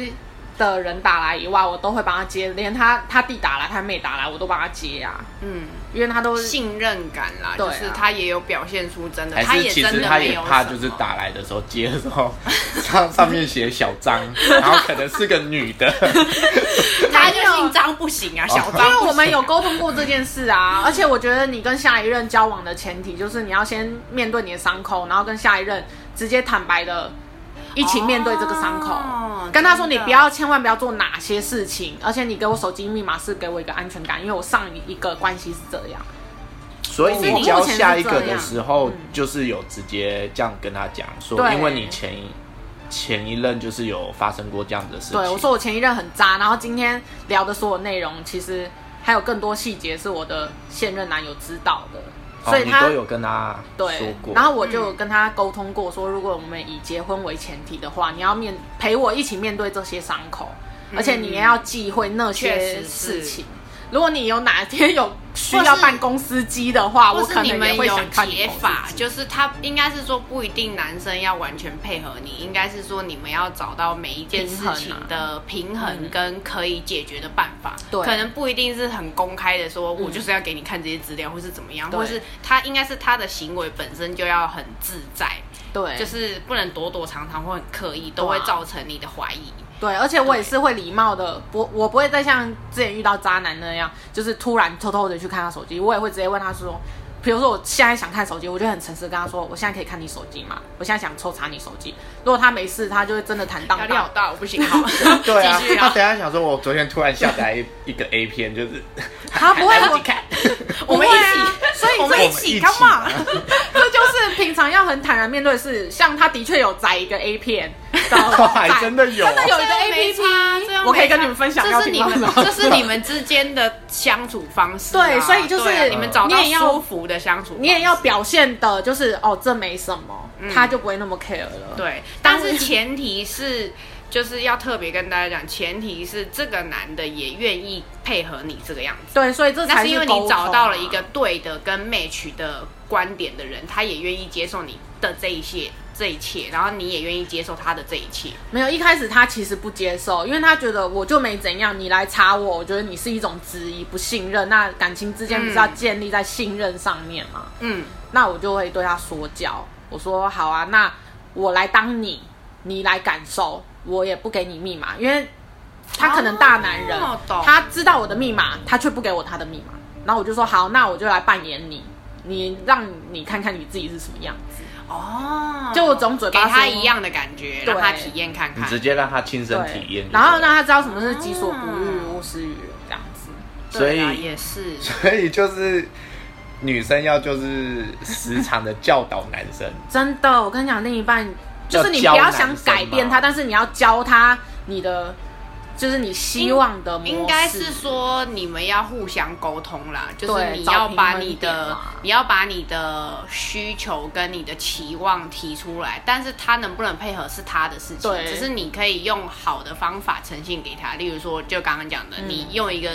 Speaker 1: 的人打来以外，我都会帮他接，连他他弟打来，他妹打来，我都帮他接啊，
Speaker 2: 嗯。
Speaker 1: 因为他都是
Speaker 2: 信任感啦，
Speaker 1: 对
Speaker 2: 就
Speaker 1: 啊
Speaker 2: 是他也有表现出真 的，
Speaker 3: 还
Speaker 2: 他
Speaker 3: 是
Speaker 2: 也
Speaker 3: 其
Speaker 2: 真
Speaker 3: 实
Speaker 2: 的
Speaker 3: 他
Speaker 2: 没
Speaker 3: 也
Speaker 2: 有
Speaker 3: 怕，
Speaker 2: 什
Speaker 3: 就是
Speaker 2: 么。
Speaker 3: 打来的时候接的时 候，上上面写小张，然后可能是个女 的，
Speaker 2: 他就
Speaker 1: 没有
Speaker 2: 姓张不行
Speaker 3: 哦
Speaker 2: 啊，小
Speaker 1: 因
Speaker 2: 张
Speaker 1: 为
Speaker 2: 不
Speaker 1: 我们
Speaker 2: 行。
Speaker 1: 有沟通过这件事 啊，而且我觉得你跟下一任交往的前提就是你要先面对你的伤口，然后跟下一任直接坦白的一起面对这个伤口，
Speaker 2: 哦
Speaker 1: 跟他说
Speaker 2: 真的
Speaker 1: 你不要千万不要做哪些事情，而且你给我手机密码是给我一个安全感，因为我上一个关系是这样，
Speaker 3: 所以
Speaker 1: 所以
Speaker 3: 你
Speaker 1: 你
Speaker 3: 教
Speaker 1: 目前是
Speaker 3: 下一
Speaker 1: 这
Speaker 3: 个的
Speaker 1: 样
Speaker 3: 时候，就是有直接这样跟他讲说，
Speaker 1: 对
Speaker 3: 因为你前一前一任就是有发生过这样子的事情。
Speaker 1: 对，我说我前一任很渣，然后今天聊的所有内容，其实还有更多细节是我的现任男友知道的，
Speaker 3: 哦
Speaker 1: 所以
Speaker 3: 你
Speaker 1: 他、
Speaker 3: 都有跟他说
Speaker 1: 对
Speaker 3: 过，，
Speaker 1: 然后我就有跟他沟通过说，如果我们以结婚为前提的话，你要面陪我一起面对这些伤口，而且你也要忌讳那些
Speaker 2: 嗯确实是
Speaker 1: 事情。如果你有哪天有需要办公司机的话，我
Speaker 2: 或是
Speaker 1: 可
Speaker 2: 你
Speaker 1: 能
Speaker 2: 们
Speaker 1: 也会
Speaker 2: 有
Speaker 1: 想看
Speaker 2: 解
Speaker 1: 公司
Speaker 2: 法，
Speaker 1: 机
Speaker 2: 就是他应该是说不一定男生要完全配合你，应该是说你们要找到每一件事情的平衡跟可以解决的办法。
Speaker 1: 啊对
Speaker 2: 可能不一定是很公开的说，我就是要给你看这些资料，或是怎么样，
Speaker 1: 对
Speaker 2: 或是他应该是他的行为本身就要很自在，
Speaker 1: 对，
Speaker 2: 就是不能躲躲藏藏或很刻意，都会
Speaker 1: 对啊
Speaker 2: 造成你的怀疑。
Speaker 1: 对，而且我也是会礼貌的，不，我不会再像之前遇到渣男那样，就是突然偷偷的去看他手机，我也会直接问他说，比如说我现在想看手机，我就很诚实地跟他说，我现在可以看你手机吗？我现在想抽查你手机。如果他没事，他就会真的坦荡
Speaker 2: 压力好
Speaker 1: 荡。
Speaker 2: 大，我不行，好，
Speaker 3: 对啊
Speaker 2: 继续，
Speaker 3: 他
Speaker 2: 啊
Speaker 3: 等一。下想说，我昨天突然下载一 一个 A 片，就是
Speaker 2: 嗯
Speaker 1: 他不会，
Speaker 2: 来不
Speaker 1: 我
Speaker 2: 及看，
Speaker 1: 不
Speaker 2: 我
Speaker 1: 会
Speaker 2: 们一起
Speaker 1: 啊，所以
Speaker 2: 我们
Speaker 1: 这
Speaker 2: 一
Speaker 3: 我们一
Speaker 2: 起
Speaker 3: 起
Speaker 2: 干嘛？
Speaker 1: 这就是平常要很坦然面对的事。像他的确有载一个 A 片，然 后
Speaker 3: 还
Speaker 1: 载
Speaker 3: 真的有
Speaker 1: 真的有一个
Speaker 2: 这样
Speaker 1: A P
Speaker 2: 没差
Speaker 1: P，
Speaker 2: 这样
Speaker 1: 我可以
Speaker 2: 没差
Speaker 1: 跟你们分享。
Speaker 2: 这是你们
Speaker 1: 要听吗，
Speaker 2: 这是你们之间的相处方式 啊。
Speaker 1: 对所以就是
Speaker 2: 对啊你们找到
Speaker 1: 你也要
Speaker 2: 舒服的相处方式，
Speaker 1: 你也要表现的，就是哦，这没什么，他就不会那么 care 了。
Speaker 2: 嗯对，但是前提是。就是要特别跟大家讲，前提是这个男的也愿意配合你这个样子，
Speaker 1: 对，所以这
Speaker 2: 那
Speaker 1: 才
Speaker 2: 是因为
Speaker 1: 沟
Speaker 2: 你
Speaker 1: 通
Speaker 2: 找到了一
Speaker 1: 啊
Speaker 2: 个对的跟 match 的观点的人，他也愿意接受你的这一切，这一切，然后你也愿意接受他的这一切。
Speaker 1: 没有一开始他其实不接受，因为他觉得我就没怎样，你来查我，我觉得你是一种质疑、不信任。那感情之间不是要建立在信任上面吗？
Speaker 2: 嗯，
Speaker 1: 那我就会对他说教，我说好啊，那我来当你，你来感受，我也不给你密码，因为他可能大男人，
Speaker 2: 哦懂
Speaker 1: 他知道我的密码，他却不给我他的密码，然后我就说好，那我就来扮演你，你让你看看你自己是什么样子，
Speaker 2: 哦，
Speaker 1: 就我总嘴
Speaker 2: 给
Speaker 1: 巴
Speaker 2: 他
Speaker 1: 说
Speaker 2: 一样的感觉，
Speaker 1: 对
Speaker 2: 让他体验看
Speaker 3: 你
Speaker 2: 看。
Speaker 3: 直接让他亲身体
Speaker 1: 对
Speaker 3: 验就对了。，
Speaker 1: 然后让他知道什么是己所不欲
Speaker 2: 哦
Speaker 1: 勿施于人这样子。
Speaker 3: 所
Speaker 2: 对啊
Speaker 3: 以
Speaker 2: 也是
Speaker 3: 所以就是女生要就是时常的教导男生，
Speaker 1: 真的，我跟你讲，另一半就
Speaker 3: 要
Speaker 1: 是你不
Speaker 3: 教
Speaker 1: 要
Speaker 3: 男
Speaker 1: 想
Speaker 3: 生
Speaker 1: 改变
Speaker 3: 嘛
Speaker 1: 他，但是你要教他你的，就是你希望的模式。
Speaker 2: 应该是说你们要互相沟通啦，就是
Speaker 1: 对
Speaker 2: 你
Speaker 1: 找
Speaker 2: 要
Speaker 1: 平
Speaker 2: 把
Speaker 1: 衡
Speaker 2: 你
Speaker 1: 点
Speaker 2: 的
Speaker 1: 嘛
Speaker 2: 你要把你的需求跟你的期望提出来，但是他能不能配合是他的事情，
Speaker 1: 对
Speaker 2: 只是你可以用好的方法呈现给他，例如说就刚刚讲
Speaker 1: 嗯
Speaker 2: 的，你用一个。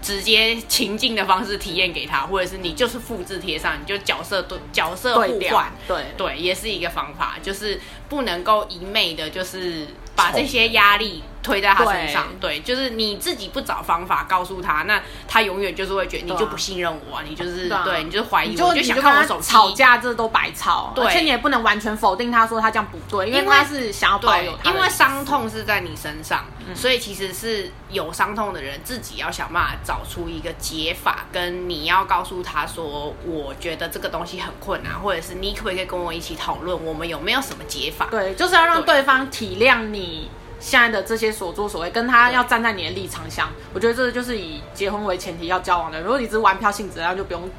Speaker 2: 直接情境的方式体验给他，或者是你就是复制贴上，你就角色对角色
Speaker 1: 对
Speaker 2: 互
Speaker 1: 调
Speaker 2: 换，，
Speaker 1: 对
Speaker 2: 对，也是一个方法，就是不能够一昧的，就是把
Speaker 3: 宠
Speaker 2: 这些压力推在他
Speaker 1: 对
Speaker 2: 身上。对，就是你自己不找方法告诉他，那他永远就是会觉得你
Speaker 1: 对啊
Speaker 2: 就不信任我啊，你就是
Speaker 1: 对啊
Speaker 2: 哎对，你就是怀
Speaker 1: 你
Speaker 2: 疑
Speaker 1: 就
Speaker 2: 我，
Speaker 1: 你
Speaker 2: 想
Speaker 1: 就
Speaker 2: 看我
Speaker 1: 跟
Speaker 2: 手
Speaker 1: 他
Speaker 2: 机
Speaker 1: 吵。架，这都白吵，
Speaker 2: 对
Speaker 1: 而且你也不能完全否定他说他这样不对，因为
Speaker 2: 因为
Speaker 1: 他是想要保
Speaker 2: 对
Speaker 1: 有，他的嗯
Speaker 2: 因为伤痛是在你身上，所以其实是有伤痛的人自己要想办法找出一个解法，跟你要告诉他说，我觉得这个东西很困难，或者是你可不可以跟我一起讨论，我们有没有什么解法？
Speaker 1: 对，就是要让
Speaker 2: 对
Speaker 1: 对方体谅你现在的这些所作所为，跟他要站在你的立场想。我觉得这就是以结婚为前提要交往的。如果你只是玩票性质，那就不用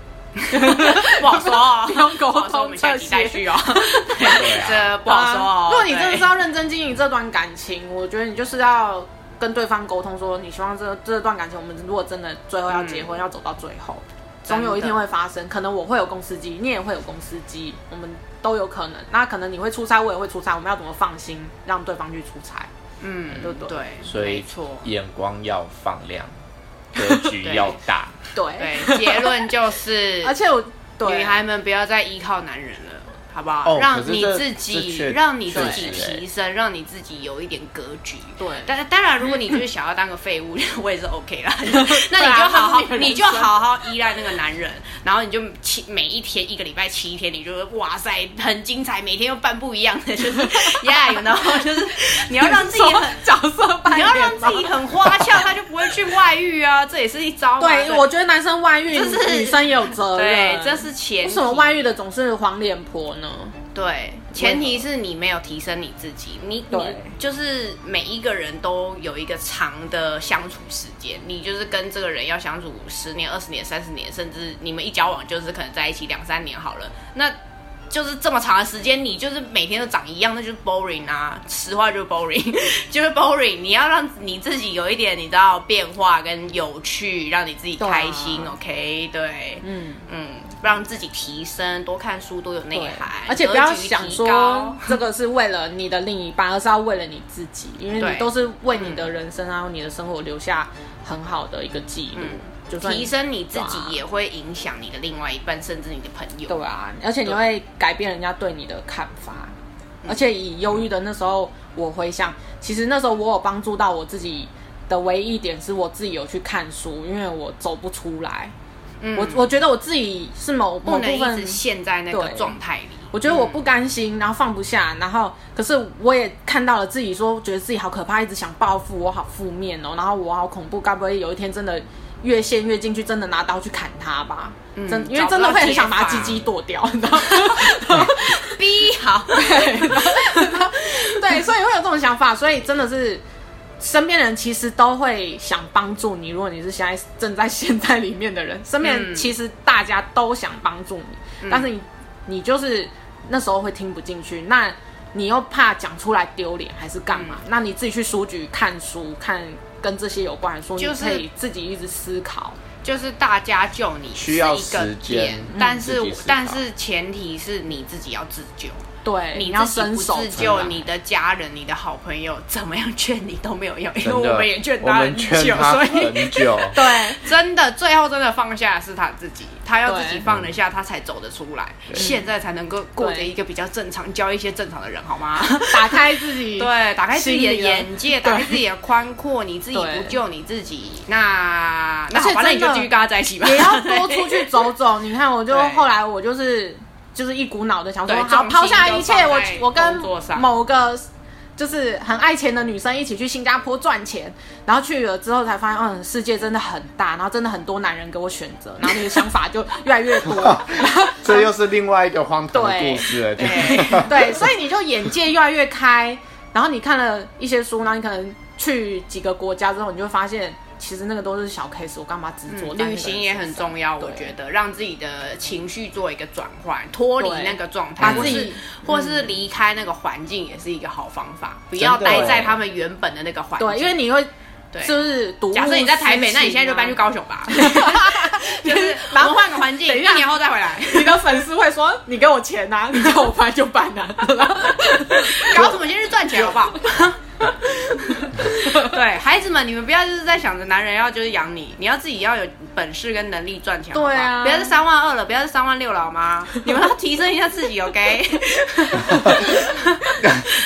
Speaker 2: 不好说 哦，
Speaker 1: 不用沟
Speaker 2: 不好说我
Speaker 1: 通
Speaker 2: 们
Speaker 1: 这
Speaker 2: 下期再
Speaker 1: 些。
Speaker 2: 续哦。
Speaker 3: 啊
Speaker 2: 这不好说
Speaker 1: 啊
Speaker 2: 哦。
Speaker 1: 如果你真的是
Speaker 2: 对
Speaker 1: 要认真经营这段感情，我觉得你就是要跟对方沟通说，你希望这这段感情，我们如果真的最后要
Speaker 2: 嗯
Speaker 1: 结婚，要走到最后，
Speaker 2: 真
Speaker 1: 总
Speaker 2: 的
Speaker 1: 有一天会发生。可能我会有公司机，你也会有公司机，我们都有可能。那可能你会出差，我也会出差，我们要怎么放心让对方去出差？
Speaker 2: 嗯，
Speaker 1: 对不对
Speaker 2: 对，
Speaker 3: 所以
Speaker 2: 没错。
Speaker 3: 眼光要放亮，格局
Speaker 2: 对
Speaker 3: 要大。
Speaker 1: 对，
Speaker 2: 对， 结论就 是，
Speaker 1: 而且我对
Speaker 2: 女孩们不要再依靠男人了。好不好？
Speaker 3: 哦可
Speaker 2: 让
Speaker 3: 是
Speaker 2: 你
Speaker 3: 这
Speaker 2: 自
Speaker 3: 这
Speaker 2: 己，
Speaker 3: 确
Speaker 2: 让你自己
Speaker 3: 确实欸
Speaker 2: 提升，让你自己有一点格局。
Speaker 1: 对
Speaker 2: 但当然，如果你就是想要当个废物， 我也是 OK 啦。那
Speaker 1: 对
Speaker 2: 你
Speaker 1: 啊
Speaker 2: 就好
Speaker 1: 那
Speaker 2: 好
Speaker 1: 是你的，人
Speaker 2: 你就好好依赖那个男人，然后你就七每一天一个礼拜七天，你就会哇塞很精彩，每天又扮不一样的，就是 yeah，然后就是你要让自己
Speaker 1: 说
Speaker 2: 很，
Speaker 1: 角色扮
Speaker 2: 你
Speaker 1: 演
Speaker 2: 要
Speaker 1: 吗，
Speaker 2: 让自己很花俏，他就不会去外遇啊，这也是一招嘛。
Speaker 1: 对，我觉得男生外遇，
Speaker 2: 就是
Speaker 1: 女生也有责
Speaker 2: 对
Speaker 1: 任，，
Speaker 2: 这是
Speaker 1: 为
Speaker 2: 前提
Speaker 1: 什么外遇的总是黄脸婆呢？
Speaker 2: 对，前提是你没有提升你自己，你你
Speaker 1: 对
Speaker 2: 就是每一个人都有一个长的相处时间，你就是跟这个人要相处十年、二十年、三十年，甚至你们一交往就是可能在一起两三年好了，那就是这么长的时间，你就是每天都长一样，那就是 boring 啊，实话就是 boring，就是 boring。你要让你自己有一点你知道变化跟有趣，让你自己
Speaker 1: 对啊
Speaker 2: 开心、o k 对，
Speaker 1: 嗯。
Speaker 2: 嗯，让自己提升，多看书，多有内
Speaker 1: 对
Speaker 2: 涵，
Speaker 1: 而且不要想
Speaker 2: 格局提
Speaker 1: 说
Speaker 2: 高
Speaker 1: 这个是为了你的另一半，而是要为了你自己，因为
Speaker 2: 对
Speaker 1: 你都是为你的人生啊、你的生活留下很好的一个记录。
Speaker 2: 嗯
Speaker 1: 就算
Speaker 2: 提升你自己
Speaker 1: 对啊
Speaker 2: 也会影响你的另外一半，甚至你的朋友。
Speaker 1: 对啊，而且你会改变人家对你的看法。而且以忧郁的那时候，我回想，其实那时候我有帮助到我自己的唯一一点是我自己有去看书，因为我走不出来。
Speaker 2: 嗯
Speaker 1: 我我觉得我自己是某某
Speaker 2: 不能
Speaker 1: 部
Speaker 2: 一
Speaker 1: 分
Speaker 2: 直陷在那个
Speaker 1: 对
Speaker 2: 状态里。
Speaker 1: 我觉得我不甘心，然后放不下，然后可是我也看到了自己说，觉得自己好可怕，一直想报复，我好负面哦，然后我好恐怖，该不会有一天真的越陷越进去，真的拿刀去砍他吧？
Speaker 2: 嗯
Speaker 1: 真因为
Speaker 2: 找
Speaker 1: 真
Speaker 2: 不
Speaker 1: 的
Speaker 2: 到
Speaker 1: 会很
Speaker 2: 解
Speaker 1: 想把
Speaker 2: 法
Speaker 1: 鸡鸡剁掉，你知 道吗？
Speaker 2: B 好，
Speaker 1: 对，所以会有这种想法，所以真的是。身边人其实都会想帮助你，如果你是现在正在陷在里面的人，身边
Speaker 2: 嗯
Speaker 1: 人其实大家都想帮助你，但是你你就是那时候会听不进去，那你又怕讲出来丢脸还是干嘛？
Speaker 2: 嗯
Speaker 1: 那你自己去书局看书，看跟这些有关的书，
Speaker 2: 就是
Speaker 1: 你可以自己一直思考。
Speaker 2: 就是大家救你
Speaker 3: 需要
Speaker 2: 是一个
Speaker 3: 时间
Speaker 2: 点
Speaker 3: 嗯，
Speaker 2: 但
Speaker 3: 自
Speaker 2: 是
Speaker 3: 己思考
Speaker 2: 但是前提是你自己要自救，
Speaker 1: 对，
Speaker 2: 你
Speaker 1: 哎要
Speaker 2: 自己
Speaker 1: 伸
Speaker 2: 不
Speaker 1: 手啊
Speaker 2: 自
Speaker 1: 出
Speaker 2: 救，
Speaker 1: 来
Speaker 2: 你的家人、你的好朋友怎么样劝你都没有用，因为
Speaker 3: 真的，
Speaker 2: 我们也劝
Speaker 3: 我
Speaker 2: 他
Speaker 3: 们
Speaker 2: 很
Speaker 3: 劝
Speaker 2: 久，
Speaker 3: 他
Speaker 2: 所以
Speaker 3: 很久。
Speaker 1: 对，
Speaker 2: 真的，最后真的放下的是他自己，他要
Speaker 1: 对
Speaker 2: 自己放得下，他才走得出来，现在才能够过着一个比较正常、交一些正常的人，好吗？
Speaker 1: 打开自己，
Speaker 2: 对，打开自己
Speaker 1: 心
Speaker 2: 的
Speaker 1: 里的
Speaker 2: 眼界，打开自己的宽阔，你自己
Speaker 1: 对
Speaker 2: 不救你自己，那那
Speaker 1: 而且
Speaker 2: 好吧，那你
Speaker 1: 真的
Speaker 2: 就继续跟他在一起吧，
Speaker 1: 也要多出 去嗯走走。你看，我就
Speaker 2: 对
Speaker 1: 后来我就是就是一股脑的想说，
Speaker 2: 对
Speaker 1: 好
Speaker 2: 重心
Speaker 1: 抛下一切，我
Speaker 2: 都放在
Speaker 1: 我跟
Speaker 2: 工作上
Speaker 1: 某个就是很爱钱的女生一起去新加坡赚钱，然后去了之后才发现，嗯，世界真的很大，然后真的很多男人给我选择，然后你的想法就越来越 多。然后
Speaker 3: 这又是另外一个荒唐的
Speaker 1: 对
Speaker 3: 故事了，就
Speaker 2: 对
Speaker 1: 对，所以你就眼界越来越开，然后你看了一些书，然后你可能去几个国家之后，你就会发现，其实那个都是小 case，我干嘛执着、在那个
Speaker 2: 嗯旅行也很重要，我
Speaker 1: 对
Speaker 2: 觉得让自己的情绪做一个转换，脱离
Speaker 1: 对
Speaker 2: 那个状态，
Speaker 1: 把
Speaker 2: 或
Speaker 1: 自己嗯
Speaker 2: 是或是离开那个环境，也是一个好方法。不
Speaker 3: 的
Speaker 2: 要待在他们原本的那个环境，
Speaker 1: 对，因为你会
Speaker 2: 对
Speaker 1: 就是读、
Speaker 2: 假设你在台北，那你现在就搬去，高雄 吧， 就是我们换个环境，
Speaker 1: 等
Speaker 2: 等
Speaker 1: 一
Speaker 2: 一
Speaker 1: 下
Speaker 2: 年后再回来。
Speaker 1: 你的粉丝会说你给我钱啊，你叫我搬就搬啊。
Speaker 2: 搞什么先去赚钱好不好？ 对孩子们，你们不要就是在想着男人要就是养你，你要自己要有本事跟能力赚钱。好不好
Speaker 1: 对啊
Speaker 2: 不要是三万二了，不要是三万六了好 吗？你们要提升一下自己，OK？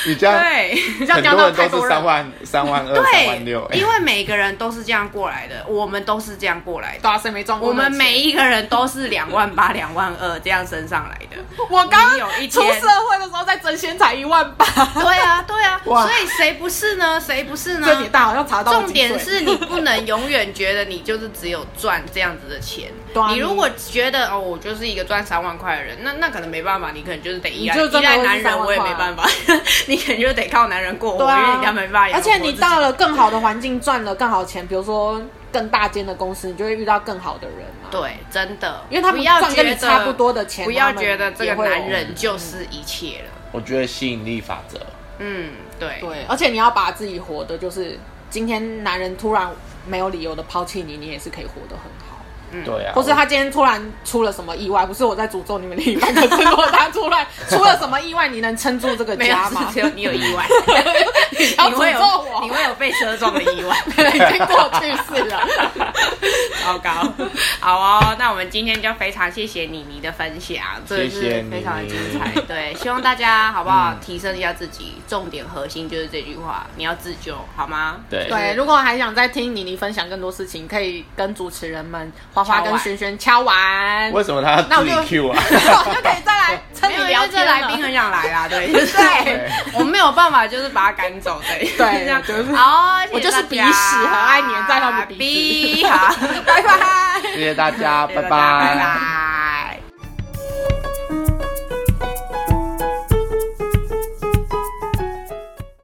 Speaker 3: 你这样
Speaker 2: 对。
Speaker 1: 你这样
Speaker 3: 很
Speaker 1: 讲
Speaker 3: 多
Speaker 1: 到
Speaker 3: 人
Speaker 1: 太
Speaker 3: 都
Speaker 1: 多
Speaker 3: 是
Speaker 1: 人
Speaker 3: 三，万、三万二、三万六，哎
Speaker 2: 对，因为每个人都是这样过来的，我们都是这样过来的，
Speaker 1: 对啊，谁没撞过
Speaker 2: 我
Speaker 1: 那
Speaker 2: 们
Speaker 1: 钱？
Speaker 2: 每一个人都是两万八、两万二这样升上来的。
Speaker 1: 我刚
Speaker 2: 你有一
Speaker 1: 出
Speaker 2: 天
Speaker 1: 社会的时候在争先才一万八，
Speaker 2: 对啊，对啊，
Speaker 3: 哇
Speaker 2: 所以谁不是呢？谁不是呢？
Speaker 1: 这年代好像查到我
Speaker 2: 重
Speaker 1: 几岁
Speaker 2: 点是你不能永远觉得你就是只有赚这样子的钱
Speaker 1: 对啊。
Speaker 2: 你如果觉得哦，我就是一个赚三万块的人，那那可能没办法，你可能就是得依赖
Speaker 1: 你就真
Speaker 2: 依
Speaker 1: 的会
Speaker 2: 赖男
Speaker 1: 是3万
Speaker 2: 人，
Speaker 1: 啊
Speaker 2: 我也没办法， 你可能就得靠男人过活，
Speaker 1: 对啊，
Speaker 2: 因为人家没办法
Speaker 1: 而
Speaker 2: 养活自己。
Speaker 1: 且你到了更好的环境，赚了更好的钱，比如说更大间的公司，你就会遇到更好的人啊嘛。
Speaker 2: 对，真的，
Speaker 1: 因为他们
Speaker 2: 不要
Speaker 1: 赚跟你
Speaker 2: 觉得
Speaker 1: 差不多的钱
Speaker 2: 不要
Speaker 1: 他们
Speaker 2: 觉得这
Speaker 1: 也
Speaker 2: 个
Speaker 1: 会有嗯
Speaker 2: 男人就是一切了。
Speaker 3: 我觉得吸引力法则，
Speaker 2: 嗯，对，
Speaker 1: 对，啊而且你要把自己活的，就是今天男人突然没有理由的抛弃你，你也是可以活得很好。
Speaker 2: 嗯
Speaker 3: 对啊，
Speaker 1: 或是他今天突然出了什么意外，不是我在诅咒你们另一半，可是如果他突然出了什么意外，你能撑住这 个
Speaker 2: 没有
Speaker 1: 家，吗
Speaker 2: 是只？有你有 意外，
Speaker 1: 要
Speaker 2: 你会有
Speaker 1: 诅咒我
Speaker 2: 你会有被车撞的 意外。
Speaker 1: 已经过去式了。
Speaker 2: 糟糕，好哦，那我们今天就非常谢谢妮妮的分享，真的是
Speaker 3: 谢谢妮妮
Speaker 2: 非常的精彩。对，希望大家好不好、
Speaker 3: 嗯
Speaker 2: 提升一下自己，重点核心就是这句话，你要自救，好吗？
Speaker 3: 对
Speaker 1: 对，如果还想再听妮妮分享更多事情，可以跟主持人们花花
Speaker 2: 敲
Speaker 1: 跟
Speaker 2: 碗
Speaker 1: 轩轩敲完，
Speaker 3: 为什么他要
Speaker 1: 那我
Speaker 3: 自
Speaker 1: 就
Speaker 3: 己 Q 啊？
Speaker 1: 我就可以再来趁
Speaker 2: 没
Speaker 1: 你
Speaker 2: 有，因
Speaker 1: 聊
Speaker 2: 为这
Speaker 1: 天
Speaker 2: 来宾
Speaker 1: 了。
Speaker 2: 很想来啦，对，就 是
Speaker 1: 对
Speaker 2: 我没有办法，就是把他赶走，对，
Speaker 1: 对
Speaker 2: 这样
Speaker 1: 我就是
Speaker 2: 好，
Speaker 1: 我就是
Speaker 2: 谢
Speaker 1: 鼻
Speaker 2: 谢
Speaker 1: 屎
Speaker 2: 大家
Speaker 1: 很爱粘在他们鼻子
Speaker 2: 鼻好，拜拜，
Speaker 3: 谢谢大家，
Speaker 2: 谢谢
Speaker 3: 拜
Speaker 2: 大家拜拜。